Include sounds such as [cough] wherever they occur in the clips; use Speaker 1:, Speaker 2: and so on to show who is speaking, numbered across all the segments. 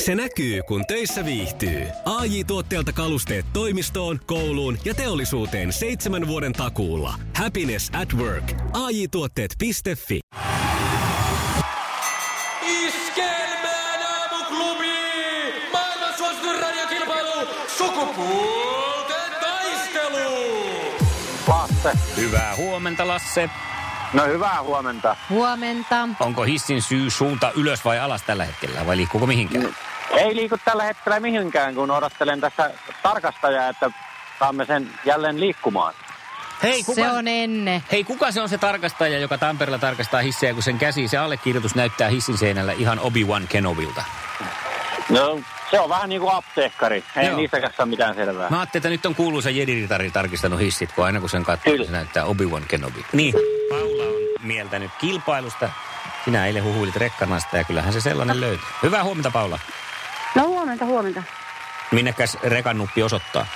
Speaker 1: Se näkyy, kun töissä viihtyy. ai tuotteelta kalusteet toimistoon, kouluun ja teollisuuteen seitsemän vuoden takuulla. Happiness at work. ai tuotteetfi
Speaker 2: Iskelmään aamuklubi! Maailman suosituin radiokilpailu! Sukupuolten taistelu!
Speaker 3: Lasse.
Speaker 4: Hyvää huomenta, Lasse.
Speaker 3: No hyvää huomenta.
Speaker 5: Huomenta.
Speaker 4: Onko hissin syy suunta ylös vai alas tällä hetkellä vai liikkuuko mihinkään?
Speaker 3: Ei liiku tällä hetkellä mihinkään, kun odottelen tässä tarkastajaa, että saamme sen jälleen liikkumaan.
Speaker 4: Hei, kuka,
Speaker 5: Mm, Se on enne.
Speaker 4: hei, kuka se on se tarkastaja, joka Tampereella tarkastaa hissejä, kun sen käsi, se allekirjoitus näyttää hissin seinällä ihan Obi-Wan Kenobilta?
Speaker 3: No, se on vähän niin kuin apteekkari. Ei
Speaker 4: Joo. No.
Speaker 3: Joo. niistäkään saa mitään selvää.
Speaker 4: Mä ajattelin, että nyt on kuuluisa jediritari tarkistanut hissit, kun aina kun sen katsoo, niin
Speaker 3: Kyllä.
Speaker 4: se näyttää Obi-Wan Kenobi. Niin, Paula on mieltänyt kilpailusta. Sinä eilen huhuilit rekkanasta ja kyllähän se
Speaker 5: Ah.
Speaker 4: sellainen löytyy. Hyvää huomenta, Paula.
Speaker 6: No huomenta, huomenta.
Speaker 4: Minnekäs rekannuppi osoittaa?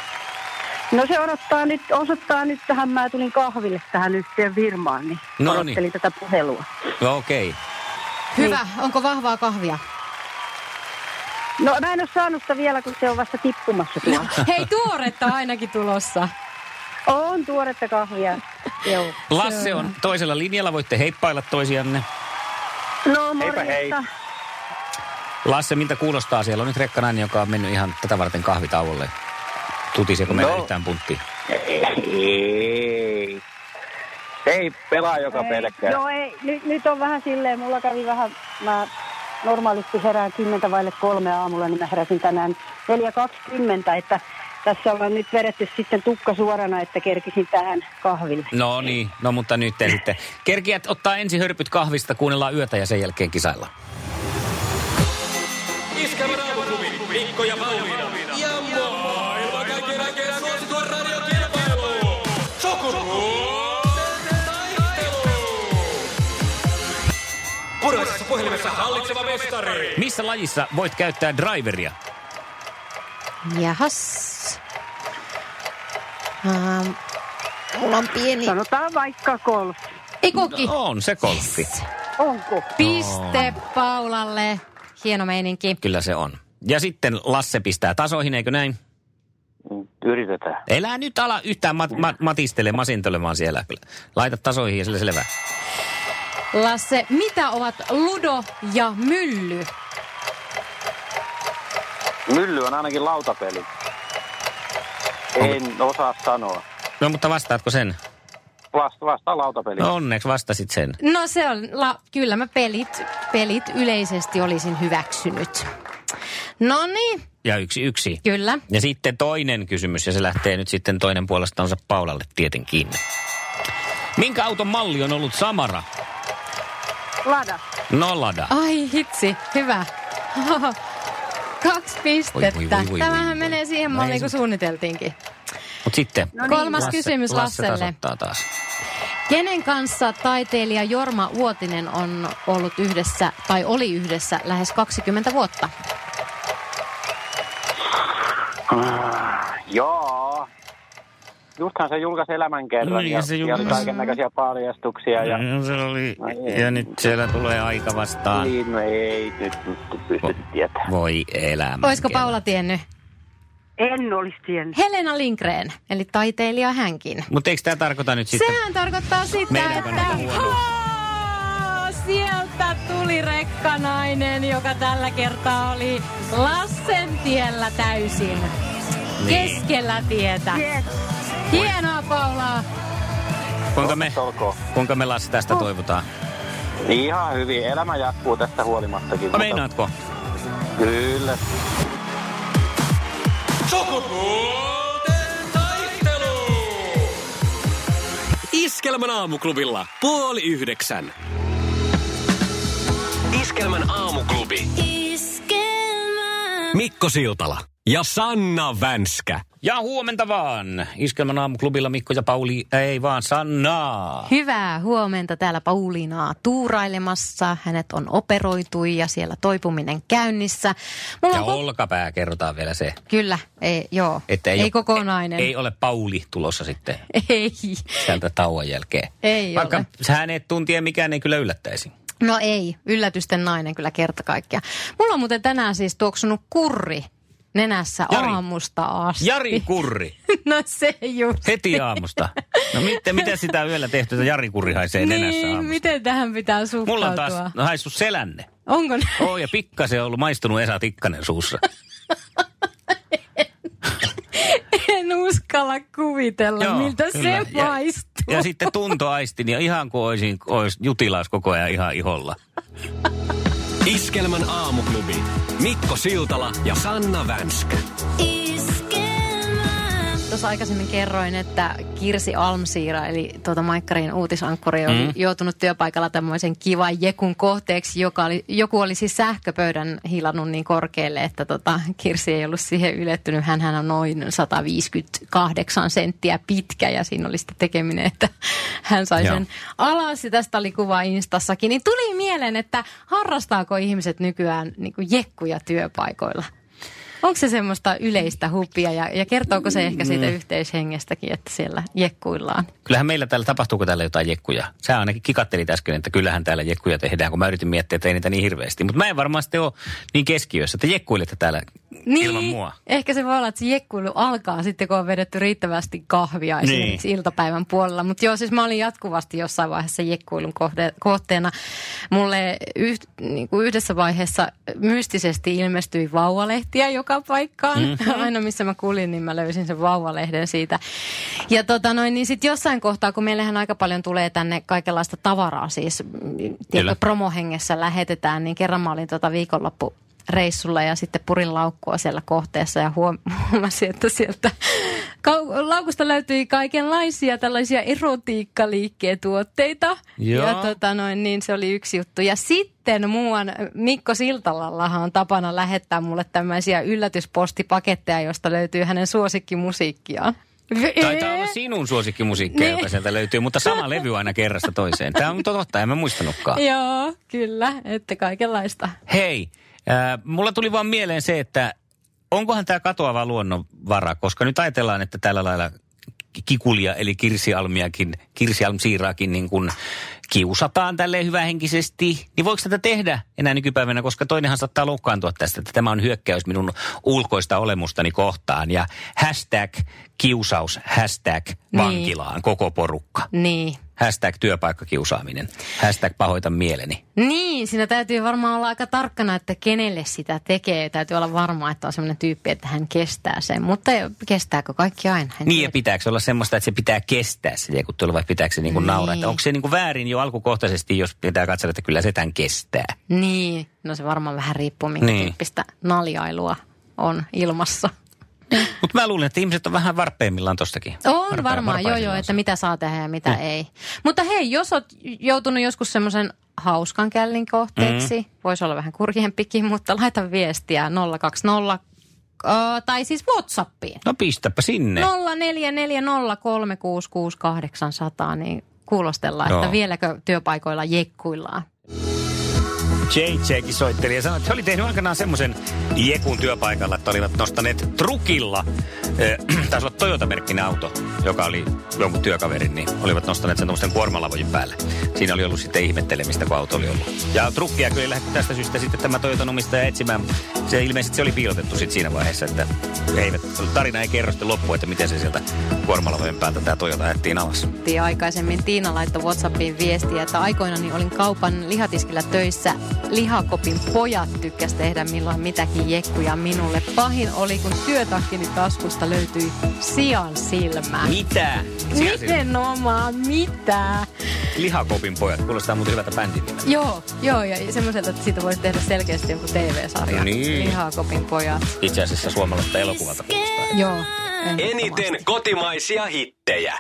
Speaker 6: No se odottaa nyt, osoittaa nyt tähän, mä tulin kahville tähän yhteen firmaan, niin
Speaker 4: No niin.
Speaker 6: odottelin tätä puhelua.
Speaker 4: No okei. Okay.
Speaker 5: Hyvä. Onko vahvaa kahvia?
Speaker 6: No mä en ole saanut sitä vielä, kun se on vasta tippumassa tuolla.
Speaker 5: [laughs] Hei, tuoretta ainakin tulossa.
Speaker 6: on tuoretta kahvia. Joo.
Speaker 4: Lasse on toisella linjalla, voitte heippailla toisianne.
Speaker 6: No
Speaker 3: Heipä hei.
Speaker 6: morjesta.
Speaker 4: Lasse, miltä kuulostaa? Siellä on nyt rekkanainen, joka on mennyt ihan tätä varten kahvitauolle. Tutiseko meillä
Speaker 3: No.
Speaker 4: yhtään puntti?
Speaker 3: Ei. Ei pelaa joka pelkkää.
Speaker 6: No ei, nyt, nyt on vähän silleen, mulla kävi vähän, mä normaalisti herään kymmentä vaille kolme aamulla, niin mä heräsin tänään 4.20, että tässä ollaan nyt vedetty sitten tukka suorana, että kerkisin tähän kahville.
Speaker 4: No niin, no mutta nyt ei sitten. Kerkiät ottaa ensi hörpyt kahvista, kuunnellaan yötä ja sen jälkeen kisailla.
Speaker 2: Iskelmän aamuklubi, Mikko ja Pauliina. Ja maailman kaikkien aikeen suosituin radiokilpailu! Sukupuolten taistelu! Puraisessa puhelimessa hallitseva mestari!
Speaker 4: Missä lajissa voit käyttää driveria?
Speaker 5: Jahas. Ähm, mulla on pieni...
Speaker 6: Sanotaan vaikka golf.
Speaker 5: Ei kokki.
Speaker 4: On se golfi.
Speaker 6: Onko?
Speaker 5: Piste Paulalle. Hieno meininki.
Speaker 4: Kyllä se on. Ja sitten Lasse pistää tasoihin, eikö näin?
Speaker 3: Mm, Yritetään.
Speaker 4: Elää nyt ala yhtään mat- mat- matistele, masintelemaan siellä. Kyllä. Laita tasoihin ja sillä selvä.
Speaker 5: Lasse, mitä ovat ludo ja mylly?
Speaker 3: Mylly on ainakin
Speaker 4: No.
Speaker 3: lautapeli. En osaa sanoa.
Speaker 4: No mutta vastaatko sen?
Speaker 3: Vasta, vastaa lautapeli.
Speaker 4: No onneksi vastasit sen.
Speaker 5: No se on, la, kyllä mä pelit, pelit yleisesti olisin hyväksynyt. No niin,
Speaker 4: Ja yksi yksi.
Speaker 5: kyllä.
Speaker 4: Ja sitten toinen kysymys, ja se lähtee nyt sitten toinen puolestansa Paulalle tietenkin. Minkä auton malli on ollut Samara?
Speaker 6: Lada.
Speaker 4: No Lada.
Speaker 5: Ai hitsi, hyvä. [laughs] Kaksi pistettä.
Speaker 4: voi, voi, voi,
Speaker 5: Tämähän
Speaker 4: voi.
Speaker 5: menee siihen
Speaker 4: No ei
Speaker 5: malliin,
Speaker 4: se-
Speaker 5: kun suunniteltiinkin.
Speaker 4: Mut sitten.
Speaker 5: No niin. Kolmas kysymys
Speaker 4: Lasse
Speaker 5: Lasselle.
Speaker 4: tasoittaa taas.
Speaker 5: Kenen kanssa taiteilija Jorma Uotinen on ollut yhdessä tai oli yhdessä lähes 20 vuotta?
Speaker 3: Joo. Justhan se julkaisi elämän kerran
Speaker 4: Niin,
Speaker 3: ja,
Speaker 4: se
Speaker 3: ja
Speaker 4: julkaisi.
Speaker 3: kaiken näköisiä paljastuksia. Ja,
Speaker 4: No, se oli,
Speaker 3: Ai
Speaker 4: ja
Speaker 3: ei.
Speaker 4: nyt siellä tulee aika vastaan.
Speaker 3: Niin, no ei nyt, nyt pystyt tietämään.
Speaker 4: Voi elämä.
Speaker 5: Olisiko Paula tiennyt?
Speaker 6: En olisi tiennyt.
Speaker 5: Helena Lindgren, eli taiteilija hänkin.
Speaker 4: Mutta eikö tämä tarkoita nyt sitten?
Speaker 5: Sehän tarkoittaa sitä,
Speaker 4: Meidän
Speaker 5: että
Speaker 4: kannalta huonoa.
Speaker 5: Haa, sieltä tuli rekkanainen, joka tällä kertaa oli Lassen tiellä täysin.
Speaker 4: Niin.
Speaker 5: Keskellä tietä.
Speaker 6: Yes.
Speaker 5: Hienoa Paula.
Speaker 4: Kuinka me,
Speaker 3: Olkoon.
Speaker 4: kuinka me Lasse tästä
Speaker 5: Oh.
Speaker 4: toivotaan?
Speaker 3: Ihan hyvin. Elämä jatkuu tästä huolimattakin.
Speaker 4: No, meinaatko?
Speaker 3: Kyllä.
Speaker 2: Sukupuolten taistelu!
Speaker 1: Iskelmän aamuklubilla puoli yhdeksän. Iskelmän aamuklubi. Mikko Siltala ja Sanna Vänskä.
Speaker 4: Ja huomenta vaan. Iskelmän aamuklubilla Mikko ja Pauli, ei vaan Sanna.
Speaker 5: Hyvää huomenta täällä Pauliinaa tuurailemassa. Hänet on operoitu ja siellä toipuminen käynnissä. Mulla
Speaker 4: Ja
Speaker 5: on ko-
Speaker 4: olkapää, kerrotaan vielä se.
Speaker 5: Kyllä, ei, joo.
Speaker 4: Että
Speaker 5: ei
Speaker 4: ole-
Speaker 5: kokonainen.
Speaker 4: Ei, ei ole Pauli tulossa sitten
Speaker 5: [laughs] ei.
Speaker 4: sieltä tauon jälkeen.
Speaker 5: Ei
Speaker 4: Vaikka
Speaker 5: ole.
Speaker 4: hänet tuntien mikään ei niin kyllä yllättäisi.
Speaker 5: No ei, yllätysten nainen kyllä kerta kaikkiaan. Mulla on muuten tänään siis tuoksunut kurri nenässä
Speaker 4: Jari.
Speaker 5: aamusta asti.
Speaker 4: Jari Kurri.
Speaker 5: [laughs] No se just.
Speaker 4: Heti aamusta. No mitä, mitä sitä on yöllä tehty, että Jari Kurri haisee nenässä
Speaker 5: niin,
Speaker 4: aamusta?
Speaker 5: miten tähän pitää suhtautua?
Speaker 4: Mulla on taas haissut selänne.
Speaker 5: Onko nä-
Speaker 4: Oo, ja pikkasen ollut maistunut Esa Tikkanen suussa.
Speaker 5: [laughs] En uskalla kuvitella, Joo, miltä
Speaker 4: kyllä.
Speaker 5: se maistuu.
Speaker 4: Ja, ja sitten tuntoaistin ja ihan kuin olisin, olis jutilas koko ajan ihan iholla.
Speaker 1: Iskelmän aamuklubi. Mikko Siltala ja Sanna Vänskä.
Speaker 5: Tuossa aikaisemmin kerroin, että Kirsi Almsiira, eli tuota Maikkarin uutisankkuri, oli
Speaker 4: Mm.
Speaker 5: mm. joutunut työpaikalla tämmöisen kivan jekun kohteeksi, joka oli, joku oli siis sähköpöydän hilannut niin korkealle, että tota, Kirsi ei ollut siihen ylettynyt. Hänhän on noin 158 senttiä pitkä ja siinä oli sitten tekeminen, että hän sai
Speaker 4: Joo.
Speaker 5: Joo. sen alas. Ja tästä oli kuva Instassakin. Niin tuli mieleen, että harrastaako ihmiset nykyään niin kuin jekkuja työpaikoilla? Onko se semmoista yleistä hupia ja, ja kertooko se ehkä siitä yhteishengestäkin, että siellä jekkuillaan?
Speaker 4: Kyllähän meillä täällä, tapahtuuko täällä jotain jekkuja? Sä ainakin kikattelit äsken, että kyllähän täällä jekkuja tehdään, kun mä yritin miettiä, että ei niitä niin hirveästi. Mutta mä en varmaan sitten ole niin keskiössä, että jekkuilette täällä niin. ilman mua.
Speaker 5: ehkä se voi olla, että se jekkuilu alkaa sitten, kun on vedetty riittävästi kahvia
Speaker 4: Niin.
Speaker 5: esimerkiksi iltapäivän puolella. Mutta joo, siis mä olin jatkuvasti jossain vaiheessa jekkuilun kohde, kohteena. Mulle yh, niin kuin yhdessä vaiheessa mystisesti ilmestyi vauvalehtiä joka paikkaan.
Speaker 4: Mm.
Speaker 5: Mm-hmm. [laughs] Aina missä mä kulin, niin mä löysin sen vauvalehden siitä. Ja tota noin, niin sitten jossain kohtaa, kun meillähän aika paljon tulee tänne kaikenlaista tavaraa siis, mm,
Speaker 4: Kyllä.
Speaker 5: tiedätkö, promohengessä lähetetään, niin kerran mä olin tota viikonloppu reissulla ja sitten purin laukkua siellä kohteessa ja huom- [laughs] huomasin, että sieltä kau- laukusta löytyi kaikenlaisia tällaisia erotiikkaliikkeetuotteita.
Speaker 4: Joo.
Speaker 5: Ja tota noin, niin se oli yksi juttu. Ja sitten muuan Mikko Siltalallahan on tapana lähettää mulle tämmöisiä yllätyspostipaketteja, josta löytyy hänen suosikkimusiikkiaan.
Speaker 4: Taitaa olla sinun suosikkimusiikkia,
Speaker 5: Eh. Niin.
Speaker 4: joka sieltä löytyy, mutta sama levy aina kerrasta toiseen. Tämä on totta, en mä muistanutkaan.
Speaker 5: [laughs] Joo, kyllä, että kaikenlaista.
Speaker 4: Hei, äh, mulla tuli vaan mieleen se, että onkohan tämä katoava luonnonvara, koska nyt ajatellaan, että tällä lailla ki- kikulia eli kirsialmiakin, kirsialmsiiraakin niin kuin kiusataan tälle hyvähenkisesti, niin voiko tätä tehdä enää nykypäivänä, koska toinenhan saattaa loukkaantua tästä, että tämä on hyökkäys minun ulkoista olemustani kohtaan ja hashtag kiusaus, hashtag
Speaker 5: Niin.
Speaker 4: vankilaan, koko porukka,
Speaker 5: Niin.
Speaker 4: hashtag työpaikkakiusaaminen, hashtag pahoitan mieleni.
Speaker 5: Niin, siinä täytyy varmaan olla aika tarkkana, että kenelle sitä tekee. Täytyy olla varma, että on sellainen tyyppi, että hän kestää sen. Mutta ei- kestääkö kaikki aina? En
Speaker 4: Niin ja
Speaker 5: tiedä.
Speaker 4: pitääkö se olla semmoista, että se pitää kestää se jeekuttelu vai pitääkö se niinku
Speaker 5: Niin.
Speaker 4: nauraa? Että onko se niinku väärin jo alkukohtaisesti, jos pitää katsella, että kyllä se tämän kestää?
Speaker 5: niin, no se varmaan vähän riippuu, minkä
Speaker 4: Niin.
Speaker 5: niin. tyyppistä naljailua on ilmassa.
Speaker 4: Mutta mä luulen, että ihmiset on vähän varpeimmillaan tostakin.
Speaker 5: On
Speaker 4: Varpa-
Speaker 5: varmaan, joo joo,
Speaker 4: varpaisillaan
Speaker 5: että
Speaker 4: se.
Speaker 5: mitä saa tehdä ja
Speaker 4: Niin.
Speaker 5: mitä ei. Mutta hei, jos oot joutunut joskus semmoisen hauskan källin kohteeksi,
Speaker 4: Mhm.
Speaker 5: mm. voisi olla vähän kurjempikin, mutta laita viestiä 020 ö, tai siis Whatsappiin.
Speaker 4: No pistäpä sinne.
Speaker 5: 0440366800, niin kuulostellaan,
Speaker 4: Joo.
Speaker 5: että vieläkö työpaikoilla jekkuillaan.
Speaker 4: JJkin soitteli ja sanoi, että he oli tehnyt aikanaan semmoisen Jekun työpaikalla, että olivat nostaneet trukilla, äh, [clears throat] taisi olla Toyota-merkkinen auto, joka oli jonkun työkaverin, niin olivat nostaneet sen tuommoisten kuormalavojen päälle. Siinä oli ollut sitten ihmettelemistä, kun auto oli ollut. Ja trukkia kyllä ei lähdetty tästä syystä sitten tämä Toyotan omistaja etsimään. Se ilmeisesti se oli piilotettu sitten siinä vaiheessa, että eivät, tarina ei kerro sitten loppua, että miten se sieltä kuormalavojen päältä tämä Toyota ajettiin alas.
Speaker 5: Tii- Aikaisemmin Tiina laittoi Whatsappiin viestiä, että aikoinani olin kaupan lihatiskillä töissä. Lihakopin pojat tykkäs tehdä milloin mitäkin jekkuja minulle. Pahin oli, kun työtakkini taskusta löytyi sian silmää.
Speaker 4: Mitä? Siellä siinä
Speaker 5: Miten omaa mitä?
Speaker 4: Lihakopin pojat, kuulostaa muuten hyvältä bändin nimeltä.
Speaker 5: Joo, joo, ja semmoiselta, että siitä voisi tehdä selkeästi joku TV-sarja.
Speaker 4: Niin.
Speaker 5: Lihakopin pojat.
Speaker 4: itse asiassa suomalaista elokuvalta kuulostaa.
Speaker 5: Joo.
Speaker 1: Eniten kotimaisia hittejä.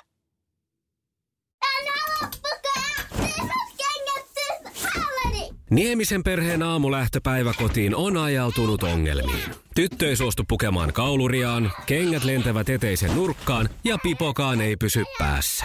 Speaker 1: Niemisen perheen aamulähtöpäivä kotiin on ajautunut ongelmiin. Tyttö ei suostu pukemaan kauluriaan, kengät lentävät eteisen nurkkaan ja pipokaan ei pysy päässä.